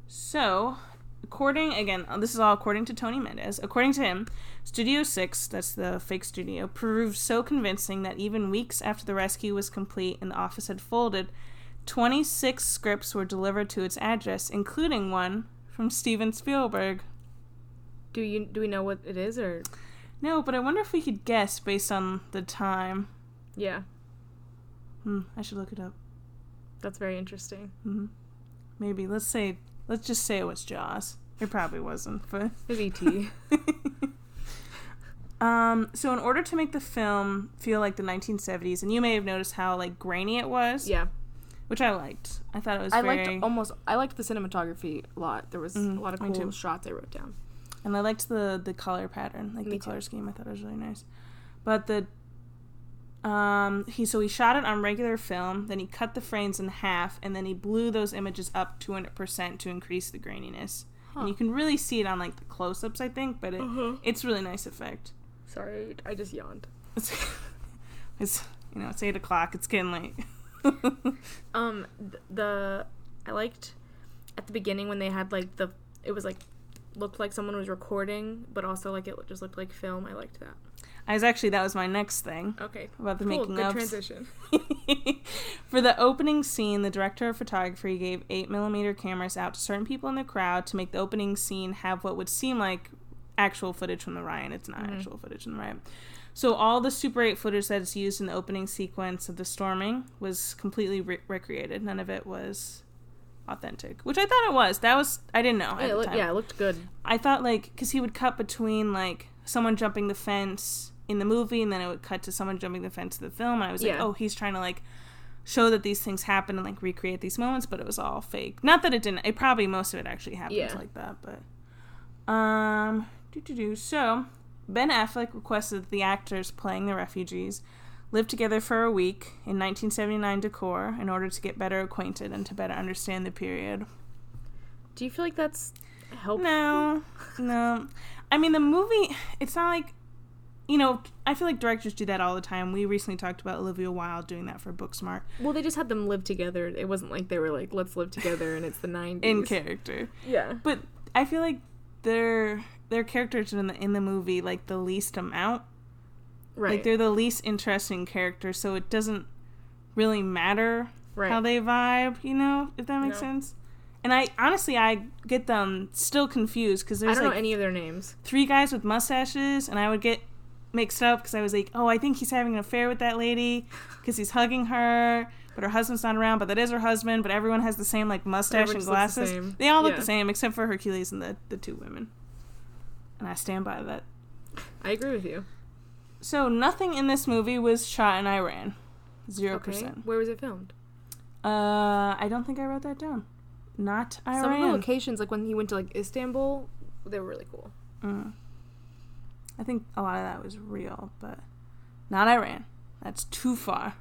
Speaker 4: So, according, again, uh, this is all according to Tony Mendez. According to him, Studio 6, that's the fake studio, proved so convincing that even weeks after the rescue was complete and the office had folded, 26 scripts were delivered to its address, including one from Steven Spielberg.
Speaker 3: Do you do we know what it is or
Speaker 4: No, but I wonder if we could guess based on the time.
Speaker 3: yeah,
Speaker 4: Hmm, I should look it up. Hmm.
Speaker 3: that's very interesting.
Speaker 4: Maybe. Let's say, let's just say it was Jaws. It probably wasn't, but.
Speaker 3: It's ET.
Speaker 4: Um, so in order to make the film feel like the 1970s, and you may have noticed how like grainy it was,
Speaker 3: yeah.
Speaker 4: which I liked. I thought it was
Speaker 3: I
Speaker 4: very,
Speaker 3: liked almost I liked the cinematography a lot. There was
Speaker 4: Mhm,
Speaker 3: a lot of
Speaker 4: me
Speaker 3: cool
Speaker 4: too.
Speaker 3: shots I wrote down.
Speaker 4: and I liked the the color pattern, like
Speaker 3: Me
Speaker 4: the
Speaker 3: too.
Speaker 4: color scheme. I thought it was really nice. But the um, he so he shot it on regular film, then he cut the frames in half, and then he blew those images up 200 percent to increase the graininess.
Speaker 3: Huh.
Speaker 4: And you can really see it on like the close-ups, I think, but it,
Speaker 3: Uh-huh.
Speaker 4: it's really nice effect.
Speaker 3: Sorry, I just yawned.
Speaker 4: It's, it's you know it's eight o'clock. It's getting late.
Speaker 3: Um th- the I liked at the beginning when they had like the it was like looked like someone was recording, but also like it just looked like film. I liked that.
Speaker 4: I was actually that was my next thing
Speaker 3: Okay.
Speaker 4: about the
Speaker 3: Cool,
Speaker 4: making
Speaker 3: good
Speaker 4: of.
Speaker 3: transition.
Speaker 4: For the opening scene, the director of photography gave 8mm cameras out to certain people in the crowd to make the opening scene have what would seem like actual footage from the Ryan. It's not
Speaker 3: Mm-hmm.
Speaker 4: actual footage from the Ryan. So, all the Super 8 footage that is used in the opening sequence of the storming was completely re- recreated. None of it was authentic, which I thought it was. That was, I didn't know. at
Speaker 3: Yeah,
Speaker 4: the
Speaker 3: it looked,
Speaker 4: time.
Speaker 3: yeah, it looked good.
Speaker 4: I thought like because he would cut between like someone jumping the fence in the movie, and then it would cut to someone jumping the fence in the film, and I was like,
Speaker 3: Yeah.
Speaker 4: oh, he's trying to like show that these things happen and like recreate these moments, but it was all fake. Not that it didn't. It probably most of it actually happened
Speaker 3: Yeah.
Speaker 4: like that, but um, do do do. So Ben Affleck requested that the actors playing the refugees. Lived together for a week in 1979 decor in order to get better acquainted and to better understand the period.
Speaker 3: Do you feel like that's helpful?
Speaker 4: No, no. I mean, the movie, it's not like, you know, I feel like directors do that all the time. We recently talked about Olivia Wilde doing that for Booksmart
Speaker 3: Well, they just had them live together. It wasn't like they were like, let's live together and it's the 90s.
Speaker 4: in character.
Speaker 3: Yeah.
Speaker 4: But I feel like their their characters in the in the movie like the least amount.
Speaker 3: Right.
Speaker 4: Like they're the least interesting character, so it doesn't really matter
Speaker 3: right.
Speaker 4: how they vibe, you know, if that makes
Speaker 3: No.
Speaker 4: sense. And I honestly I get them still confused because
Speaker 3: I
Speaker 4: there's
Speaker 3: don't
Speaker 4: like
Speaker 3: know any of their names.
Speaker 4: three guys with mustaches, and I would get mixed up because I was like, oh, I think he's having an affair with that lady because he's hugging her, but her husband's not around, but that is her husband, but everyone has the same like mustache and
Speaker 3: Everyone just looks the
Speaker 4: glasses.
Speaker 3: same.
Speaker 4: They all look
Speaker 3: Yeah.
Speaker 4: the same except for Hercules and the, the two women. And I stand by that.
Speaker 3: I agree with you.
Speaker 4: So nothing in this movie was shot in Iran. Zero
Speaker 3: Okay.
Speaker 4: percent.
Speaker 3: Where was it filmed?
Speaker 4: Uh, I don't think I wrote that down. Not Iran.
Speaker 3: Some of the locations, like when he went to like Istanbul, they were really cool.
Speaker 4: Mm. I think a lot of that was real, but not Iran. That's too far.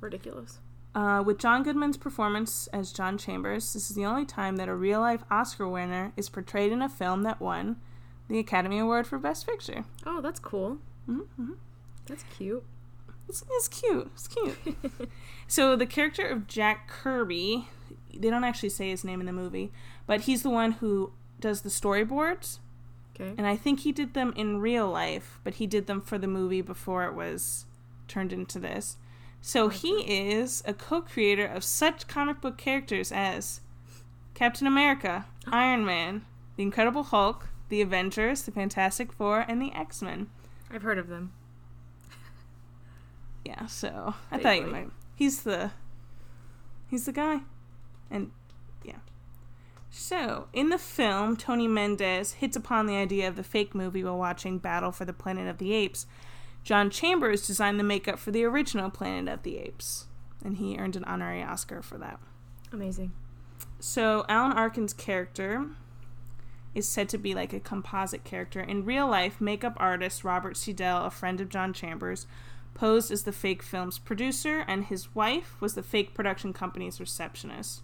Speaker 3: Ridiculous.
Speaker 4: Uh, with John Goodman's performance as John Chambers, this is the only time that a real life Oscar winner is portrayed in a film that won the Academy Award for Best Picture.
Speaker 3: Oh, that's cool.
Speaker 4: Mm-hmm.
Speaker 3: That's cute.
Speaker 4: It's, it's cute. It's cute. so, the character of Jack Kirby, they don't actually say his name in the movie, but he's the one who does the storyboards.
Speaker 3: Okay.
Speaker 4: And I think he did them in real life, but he did them for the movie before it was turned into this. So he is a co creator of such comic book characters as Captain America, Iron Man, The Incredible Hulk, The Avengers, The Fantastic Four, and The X Men.
Speaker 3: I've heard of them.
Speaker 4: Yeah, so I thought you
Speaker 3: Vaguely.
Speaker 4: might. He's the he's the guy, and yeah. So in the film, Tony Mendez hits upon the idea of the fake movie while watching Battle for the Planet of the Apes. John Chambers designed the makeup for the original Planet of the Apes, and he earned an honorary Oscar for that.
Speaker 3: Amazing.
Speaker 4: So Alan Arkin's character is said to be like a composite character. In real life, makeup artist Robert Seidel, a friend of John Chambers, posed as the fake film's producer, and his wife was the fake production company's receptionist.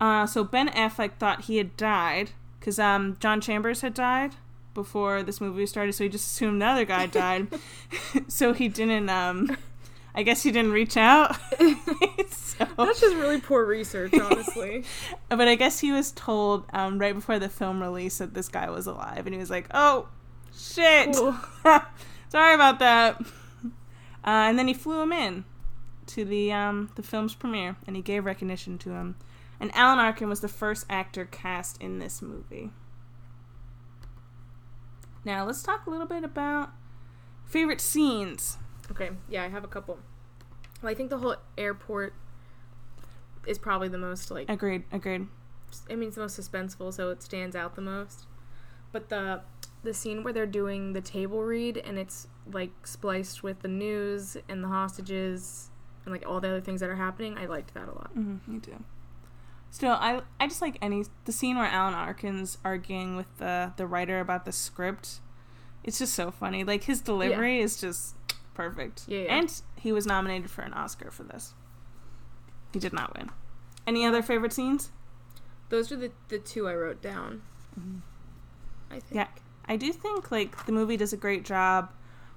Speaker 4: Uh, so Ben Affleck thought he had died because um, John Chambers had died before this movie started, so he just assumed the other guy died. so he didn't. Um, I guess he didn't reach out. So-
Speaker 3: That's just really poor research, honestly.
Speaker 4: but I guess he was told um, right before the film release that this guy was alive, and he was like, "Oh, shit!
Speaker 3: Cool.
Speaker 4: Sorry about that." Uh, and then he flew him in to the um, the film's premiere, and he gave recognition to him. And Alan Arkin was the first actor cast in this movie. Now let's talk a little bit about favorite scenes.
Speaker 3: okay, yeah, I have a couple. Well, I think the whole airport is probably the most like
Speaker 4: Agreed. Agreed.
Speaker 3: I mean, it's the most suspenseful, so it stands out the most. But the the scene where they're doing the table read and it's like spliced with the news and the hostages and like all the other things that are happening, I liked that a lot.
Speaker 4: hmm me too. Still, I I just like any the scene where Alan Arkin's arguing with the the writer about the script. It's just so funny. Like his delivery is just perfect.
Speaker 3: Yeah, yeah.
Speaker 4: And he was nominated for an Oscar for this. He did not win. Any other favorite scenes?
Speaker 3: Those are the the two I wrote down. I think.
Speaker 4: Yeah. I do think like the movie does a great job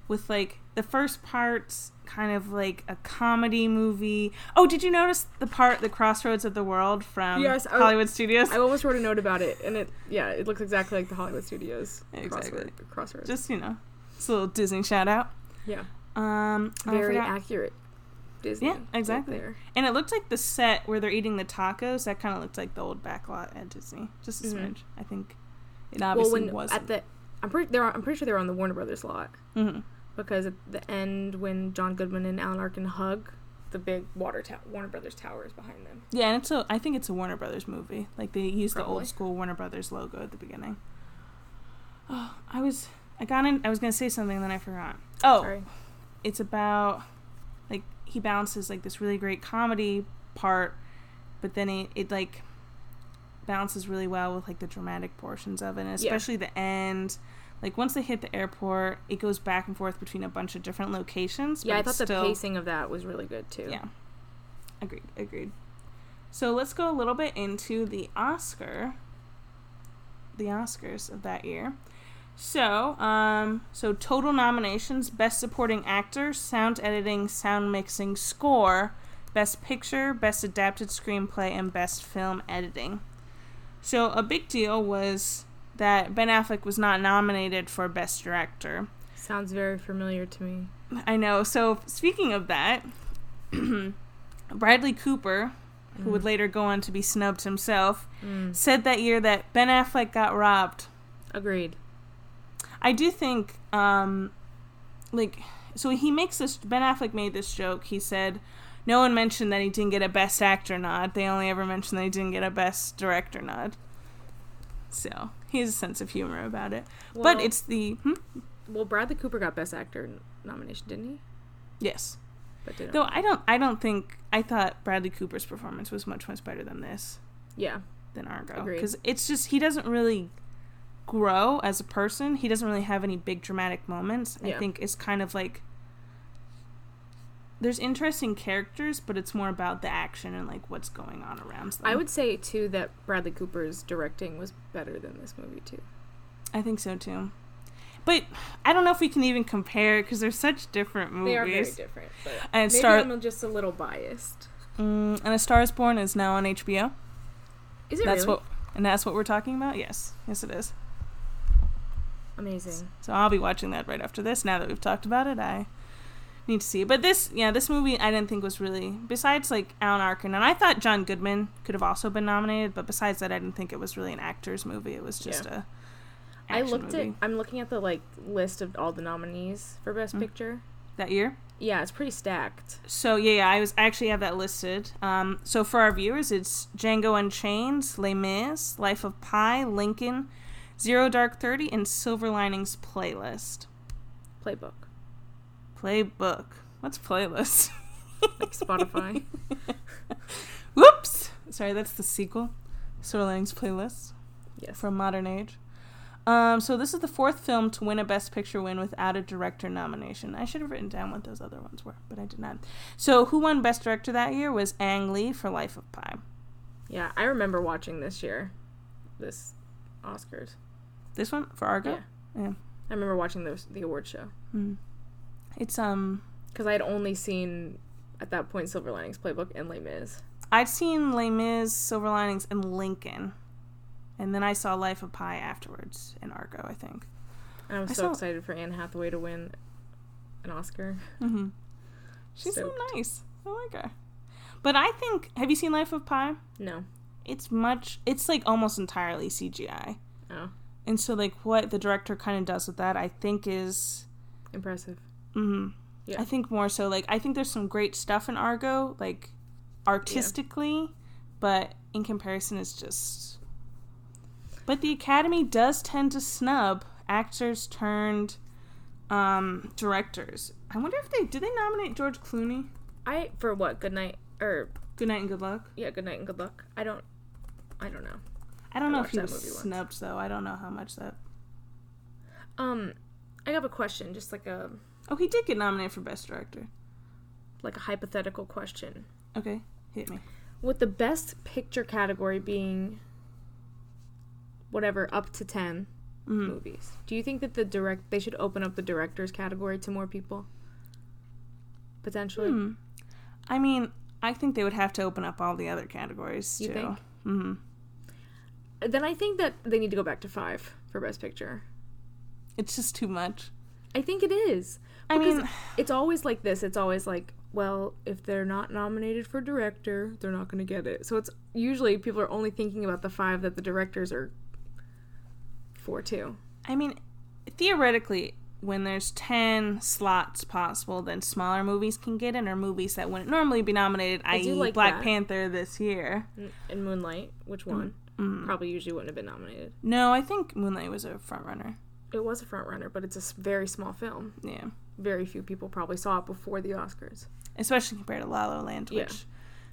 Speaker 4: with like the first part's kind of like a comedy movie. Oh, did you notice the part the Crossroads of the World from
Speaker 3: Yes, I-
Speaker 4: Hollywood Studios?
Speaker 3: I almost wrote a note about it, and it yeah, it looks exactly like the Hollywood Studios
Speaker 4: Exactly.
Speaker 3: crossword. Crossword.
Speaker 4: just you know, it's a little Disney shout out.
Speaker 3: yeah,
Speaker 4: Um, I
Speaker 3: very
Speaker 4: forgot-
Speaker 3: accurate. Disney.
Speaker 4: Yeah,
Speaker 3: right
Speaker 4: exactly.
Speaker 3: there.
Speaker 4: and it looked like the set where they're eating the tacos. That kind of looked like the old backlot at Disney. Just a
Speaker 3: Mhm.
Speaker 4: smidge, I think. It
Speaker 3: Well,
Speaker 4: obviously
Speaker 3: when
Speaker 4: wasn't.
Speaker 3: at the, I'm pretty they're on- I'm pretty sure they're on the Warner Brothers lot.
Speaker 4: Mhm.
Speaker 3: because at the end when John Goodman and Alan Arkin hug, the big water tower, Warner Brothers tower is behind them.
Speaker 4: Yeah, and it's a. I think it's a Warner Brothers movie. Like they used the
Speaker 3: Probably.
Speaker 4: old school Warner Brothers logo at the beginning. Oh, I was. I got in. I was gonna say something, then I forgot. Oh,
Speaker 3: Sorry.
Speaker 4: it's about like he balances like this really great comedy part but then it, it like balances really well with like the dramatic portions of it and
Speaker 3: Yeah.
Speaker 4: especially the end like once they hit the airport it goes back and forth between a bunch of different locations
Speaker 3: Yeah, I
Speaker 4: it's
Speaker 3: thought the
Speaker 4: still-
Speaker 3: pacing of that was really good too.
Speaker 4: yeah agreed agreed so let's go a little bit into the oscar the oscars of that year so, um, so total nominations: Best Supporting Actor, Sound Editing, Sound Mixing, Score, Best Picture, Best Adapted Screenplay, and Best Film Editing. So, a big deal was that Ben Affleck was not nominated for Best Director.
Speaker 3: Sounds very familiar to me.
Speaker 4: I know. So, speaking of that, Bradley Cooper, who would later go on to be snubbed himself,
Speaker 3: Mm,
Speaker 4: said that year that Ben Affleck got robbed.
Speaker 3: agreed.
Speaker 4: I do think, um, like, so he makes this. Ben Affleck made this joke. He said, "No one mentioned that he didn't get a Best Actor nod. They only ever mentioned that he didn't get a Best Director nod." So he has a sense of humor about it. but
Speaker 3: Well-
Speaker 4: it's the hmm?
Speaker 3: Well, Bradley Cooper got Best Actor n- nomination, didn't he?
Speaker 4: yes.
Speaker 3: But didn't.
Speaker 4: Though I don't, I don't think I thought Bradley Cooper's performance was much much better than this
Speaker 3: yeah,
Speaker 4: than Argo
Speaker 3: Agreed.
Speaker 4: because it's just he doesn't really grow as a person. He doesn't really have any big dramatic moments. I
Speaker 3: Yeah.
Speaker 4: think it's kind of like there's interesting characters, but it's more about the action and like what's going on around them.
Speaker 3: I would say too that Bradley Cooper's directing was better than this movie too.
Speaker 4: I think so too. But I don't know if we can even compare because they're such different movies.
Speaker 3: They are very different. But
Speaker 4: And
Speaker 3: maybe
Speaker 4: Star
Speaker 3: I'm just a little biased.
Speaker 4: mm, and A Star Is Born is now on HBO.
Speaker 3: Is it
Speaker 4: that's
Speaker 3: really
Speaker 4: what and that's what we're talking about. Yes, yes it is.
Speaker 3: amazing?
Speaker 4: So I'll be watching that right after this. Now that we've talked about it, I need to see. it. But this, yeah, this movie I didn't think was really. Besides like Alan Arkin, and I thought John Goodman could have also been nominated, but besides that, I didn't think it was really an actors movie. It was just a.
Speaker 3: I
Speaker 4: action
Speaker 3: looked
Speaker 4: movie.
Speaker 3: at. I'm looking at the like list of all the nominees for Best
Speaker 4: Mm.
Speaker 3: Picture.
Speaker 4: that year.
Speaker 3: Yeah, it's pretty stacked.
Speaker 4: So yeah, yeah, I was I actually have that listed. Um, so for our viewers, it's Django Unchained, Les Mis, Life of Pi, Lincoln, Zero Dark Thirty, and Silver Linings Playlist.
Speaker 3: Playbook,
Speaker 4: Playbook. What's playlist?
Speaker 3: like Spotify.
Speaker 4: Whoops. Sorry, that's the sequel. Silver Linings Playlist
Speaker 3: yes.
Speaker 4: from Modern Age. Um, so this is the fourth film to win a Best Picture win without a director nomination. I should have written down what those other ones were, but I did not. So who won Best Director that year was Ang Lee for Life of Pi.
Speaker 3: Yeah, I remember watching this year, this Oscars.
Speaker 4: This one for Argo.
Speaker 3: Yeah.
Speaker 4: Yeah.
Speaker 3: I remember watching the the award show
Speaker 4: Hmm. It's um.
Speaker 3: because I had only seen at that point Silver Linings Playbook and Les Mis.
Speaker 4: I've seen Les Mis, Silver Linings, and Lincoln, and then I saw Life of Pi afterwards and Argo. I think.
Speaker 3: And I was
Speaker 4: I
Speaker 3: so
Speaker 4: saw-
Speaker 3: excited for Anne Hathaway to win an Oscar.
Speaker 4: Mm-hmm. She's so
Speaker 3: Stoked.
Speaker 4: nice. I like her. But I think have you seen Life of Pi?
Speaker 3: No,
Speaker 4: It's much. It's like almost entirely CGI,
Speaker 3: oh,
Speaker 4: and so like what the director kind of does with that, I think is
Speaker 3: impressive.
Speaker 4: hmm
Speaker 3: Yeah.
Speaker 4: I think more so like I think there's some great stuff in Argo, like artistically, but in comparison, it's just. But the Academy does tend to snub actors turned um, directors. I wonder if they did they nominate George Clooney?
Speaker 3: I for what? Good night or
Speaker 4: Good night and good luck.
Speaker 3: yeah, good night and good luck. I don't, I don't know.
Speaker 4: I don't
Speaker 3: I
Speaker 4: know if
Speaker 3: watched
Speaker 4: he
Speaker 3: that
Speaker 4: was
Speaker 3: movie once.
Speaker 4: snubbed though. I don't know how much that.
Speaker 3: Um, I have a question, just like a
Speaker 4: Oh, he did get nominated for best director.
Speaker 3: like a hypothetical question.
Speaker 4: Okay, hit me.
Speaker 3: With the best picture category being whatever up to 10
Speaker 4: Mhm.
Speaker 3: movies, do you think that the direct they should open up the directors category to more people? Potentially,
Speaker 4: Hmm. I mean, I think they would have to open up all the other categories
Speaker 3: You
Speaker 4: too.
Speaker 3: think?
Speaker 4: hmm
Speaker 3: then I think that they need to go back to five for best picture.
Speaker 4: It's just too much.
Speaker 3: I think it is.
Speaker 4: I
Speaker 3: Because
Speaker 4: mean,
Speaker 3: it's always like this. It's always like, well, if they're not nominated for director, they're not going to get it. So it's usually people are only thinking about the five that the directors are for too.
Speaker 4: I mean, theoretically, when there's ten slots possible, then smaller movies can get in, or movies that wouldn't normally be nominated, i.e.,
Speaker 3: do like
Speaker 4: Black
Speaker 3: that.
Speaker 4: Panther this year.
Speaker 3: And Moonlight, which one?
Speaker 4: Mm.
Speaker 3: Probably usually wouldn't have been nominated.
Speaker 4: No, I think Moonlight was a front runner.
Speaker 3: It was a front runner, but it's a s- very small film.
Speaker 4: Yeah,
Speaker 3: Very few people probably saw it before the Oscars.
Speaker 4: especially compared to La La Land,
Speaker 3: Yeah.
Speaker 4: which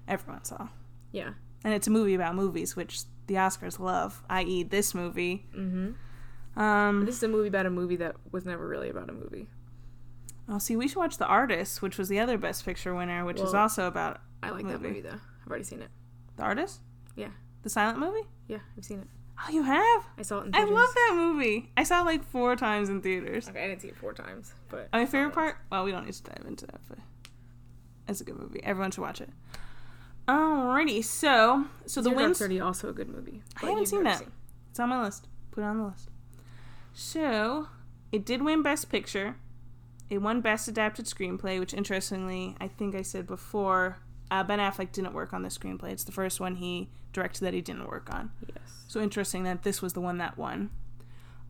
Speaker 4: everyone saw,
Speaker 3: Yeah.
Speaker 4: and it's a movie about movies, which the Oscars love, i.e., this movie.
Speaker 3: Mm-hmm.
Speaker 4: Um,
Speaker 3: This is a movie about a movie that was never really about a movie.
Speaker 4: oh, see, we should watch The Artist, which was the other Best Picture winner, which is
Speaker 3: Well-
Speaker 4: also about
Speaker 3: I like that
Speaker 4: Movie.
Speaker 3: movie though. I've already seen it.
Speaker 4: The Artist.
Speaker 3: Yeah.
Speaker 4: The silent movie.
Speaker 3: Yeah, I've seen it.
Speaker 4: Oh, you have.
Speaker 3: I saw it in
Speaker 4: I
Speaker 3: theaters.
Speaker 4: love that movie. I saw it like four times in theaters.
Speaker 3: Okay, I didn't see it four times, but
Speaker 4: My favorite part. Well, we don't need to dive into that, but it's a good movie. Everyone should watch it. Alrighty, so so the
Speaker 3: Zero Dark
Speaker 4: wins.
Speaker 3: Thirty also a good movie. but
Speaker 4: haven't
Speaker 3: you've
Speaker 4: seen
Speaker 3: never
Speaker 4: that. It's on my list. Put it on the list. So it did win Best Picture. It won Best Adapted Screenplay, which interestingly, I think I said before, uh, Ben Affleck didn't work on the screenplay. It's the first one he directed that he didn't work on.
Speaker 3: Yes.
Speaker 4: So interesting that this was the one that won.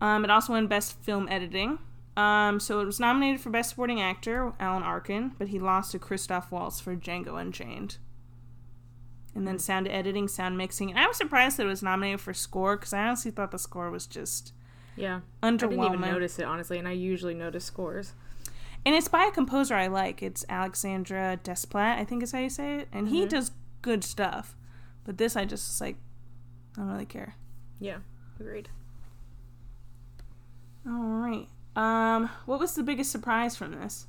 Speaker 4: Um, it also won Best Film Editing. Um, so it was nominated for Best Supporting Actor, Alan Arkin, but he lost to Christoph Waltz for Django Unchained. And
Speaker 3: Hmm.
Speaker 4: then sound editing, sound mixing. And I was surprised that it was nominated for score because I honestly thought the score was just
Speaker 3: Yeah. I didn't even
Speaker 4: underwhelming.
Speaker 3: notice it honestly, and I usually notice scores.
Speaker 4: And it's by a composer I like. It's Alexandra Desplat, I think is how you say it. And
Speaker 3: Mm-hmm.
Speaker 4: he does good stuff. But this, I just was like, I don't really care.
Speaker 3: Yeah. Agreed.
Speaker 4: All right. Um, what was the biggest surprise from this?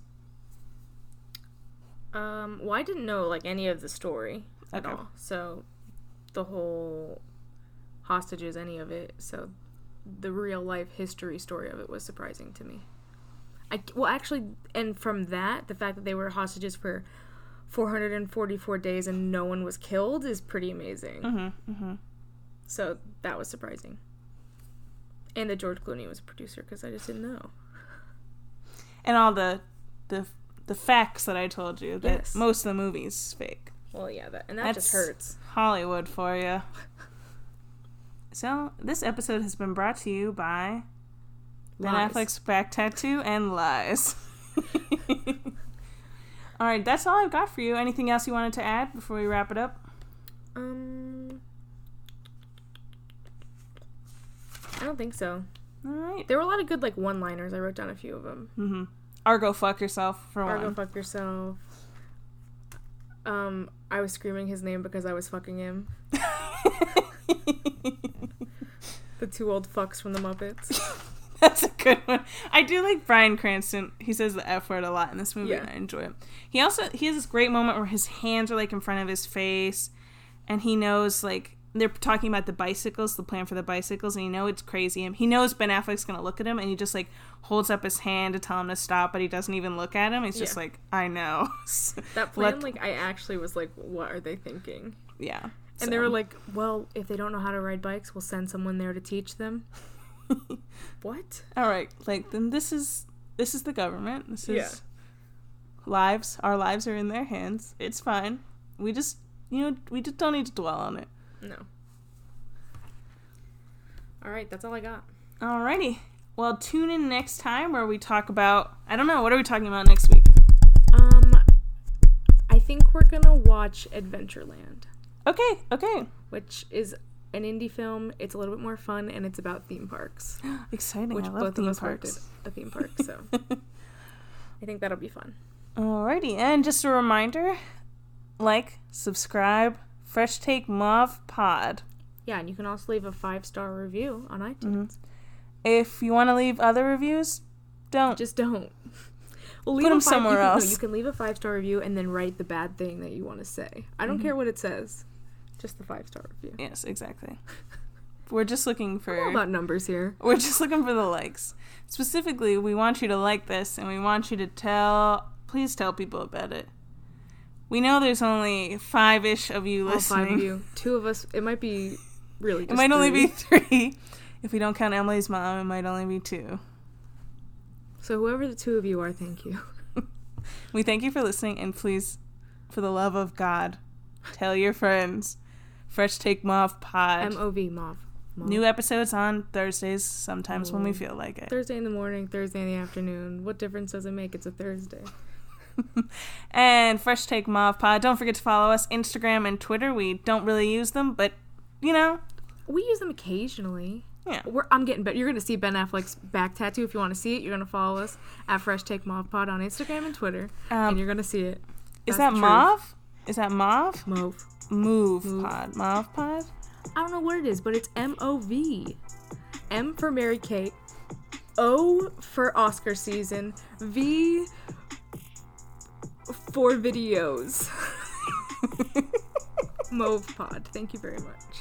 Speaker 3: Um, well, I didn't know like any of the story at
Speaker 4: Okay.
Speaker 3: all. So the whole hostages, any of it. So the real life history story of it was surprising to me. I well actually, and from that, the fact that they were hostages for 444 days and no one was killed is pretty amazing.
Speaker 4: Mm-hmm, mm-hmm.
Speaker 3: So that was surprising. And that George Clooney was a producer because I just didn't know.
Speaker 4: And all the the the facts that I told you that
Speaker 3: Yes.
Speaker 4: most of the movies fake.
Speaker 3: Well, yeah, that and that just
Speaker 4: That's-
Speaker 3: hurts.
Speaker 4: Hollywood for you. So this episode has been brought to you by Ben
Speaker 3: Lies.
Speaker 4: Affleck's back tattoo and lies. all right, that's all I've got for you. Anything else you wanted to add before we wrap it up?
Speaker 3: Um, I don't think so.
Speaker 4: All right.
Speaker 3: There were a lot of good like one-liners. I wrote down a few of them.
Speaker 4: Mm-hmm. Argo, fuck yourself for
Speaker 3: Or
Speaker 4: one.
Speaker 3: go fuck yourself. Um, I was screaming his name because I was fucking him. The two old fucks from the Muppets.
Speaker 4: That's a good one. I do like Brian Cranston. He says the F word a lot in this movie,
Speaker 3: Yeah.
Speaker 4: and I enjoy it. He also he has this great moment where his hands are like in front of his face, and he knows like they're talking about the bicycles, the plan for the bicycles, and you know it's crazy. And he knows Ben Affleck's gonna look at him, and he just like holds up his hand to tell him to stop, but he doesn't even look at him. He's just
Speaker 3: Yeah.
Speaker 4: like, I know.
Speaker 3: That plan,
Speaker 4: Let-
Speaker 3: like, I actually was like, what are they thinking?
Speaker 4: yeah.
Speaker 3: And they were
Speaker 4: so.
Speaker 3: like, well, if they don't know how to ride bikes, we'll send someone there to teach them. what?
Speaker 4: all right like then this is this is the government this is
Speaker 3: Yeah.
Speaker 4: lives our lives are in their hands it's fine we just you know we just don't need to dwell on it
Speaker 3: No. All right, that's all I got.
Speaker 4: alrighty well tune in next time where we talk about i don't know what are we talking about next week
Speaker 3: Um, I think we're gonna watch Adventureland,
Speaker 4: okay okay
Speaker 3: which is an indie film. It's a little bit more fun, and it's about theme parks,
Speaker 4: exciting
Speaker 3: which
Speaker 4: i love
Speaker 3: both
Speaker 4: theme
Speaker 3: of us
Speaker 4: parks
Speaker 3: worked at a theme park. So I think that'll be fun.
Speaker 4: Alrighty, and just a reminder like subscribe fresh take mauve pod
Speaker 3: Yeah, and you can also leave a five star review on iTunes.
Speaker 4: Mm-hmm. if you want to leave other reviews don't
Speaker 3: Just don't. Well,
Speaker 4: them
Speaker 3: a five-
Speaker 4: somewhere
Speaker 3: you can, no,
Speaker 4: else.
Speaker 3: you can leave a five star review and then write the bad thing that you want to say. I
Speaker 4: Mm-hmm.
Speaker 3: don't care what it says, just the five star review.
Speaker 4: Yes, exactly. We're just looking
Speaker 3: All
Speaker 4: for
Speaker 3: about numbers here.
Speaker 4: we're just looking for the likes. Specifically, we want you to like this and we want you to tell please tell people about it. We know there's only five-ish of you
Speaker 3: All
Speaker 4: listening.
Speaker 3: five of you. Two of us. It might be really.
Speaker 4: It might only be 3 if we don't count Emily's mom, it might only be 2.
Speaker 3: So whoever the two of you are, thank you.
Speaker 4: We thank you for listening and please for the love of God, tell your friends. Fresh Take Mauve Pod.
Speaker 3: M O V Mauve. Mauve.
Speaker 4: New E- episodes on Thursdays sometimes when we
Speaker 3: Oh.
Speaker 4: feel like it.
Speaker 3: Thursday in the morning, Thursday in the afternoon. What difference does it make? It's a Thursday.
Speaker 4: and Fresh Take Mauve Pod. Don't forget to follow us Instagram and Twitter. We don't really use them, but you know,
Speaker 3: We use them occasionally.
Speaker 4: yeah.
Speaker 3: We're, I'm getting better. You're going to see Ben Affleck's back tattoo. If you want to see it, you're going to follow us at Fresh Take Mauve Pod on Instagram and Twitter. and
Speaker 4: Um,
Speaker 3: you're going to see it.
Speaker 4: is
Speaker 3: that's the
Speaker 4: that
Speaker 3: truth.
Speaker 4: mauve? Is that mauve?
Speaker 3: Mauve.
Speaker 4: Move,
Speaker 3: Move.
Speaker 4: pod. Mauve pod.
Speaker 3: I don't know what it is, but it's M O V. M for Mary Kate. O for Oscar season. V for videos. Mauve Pod. Thank you very much.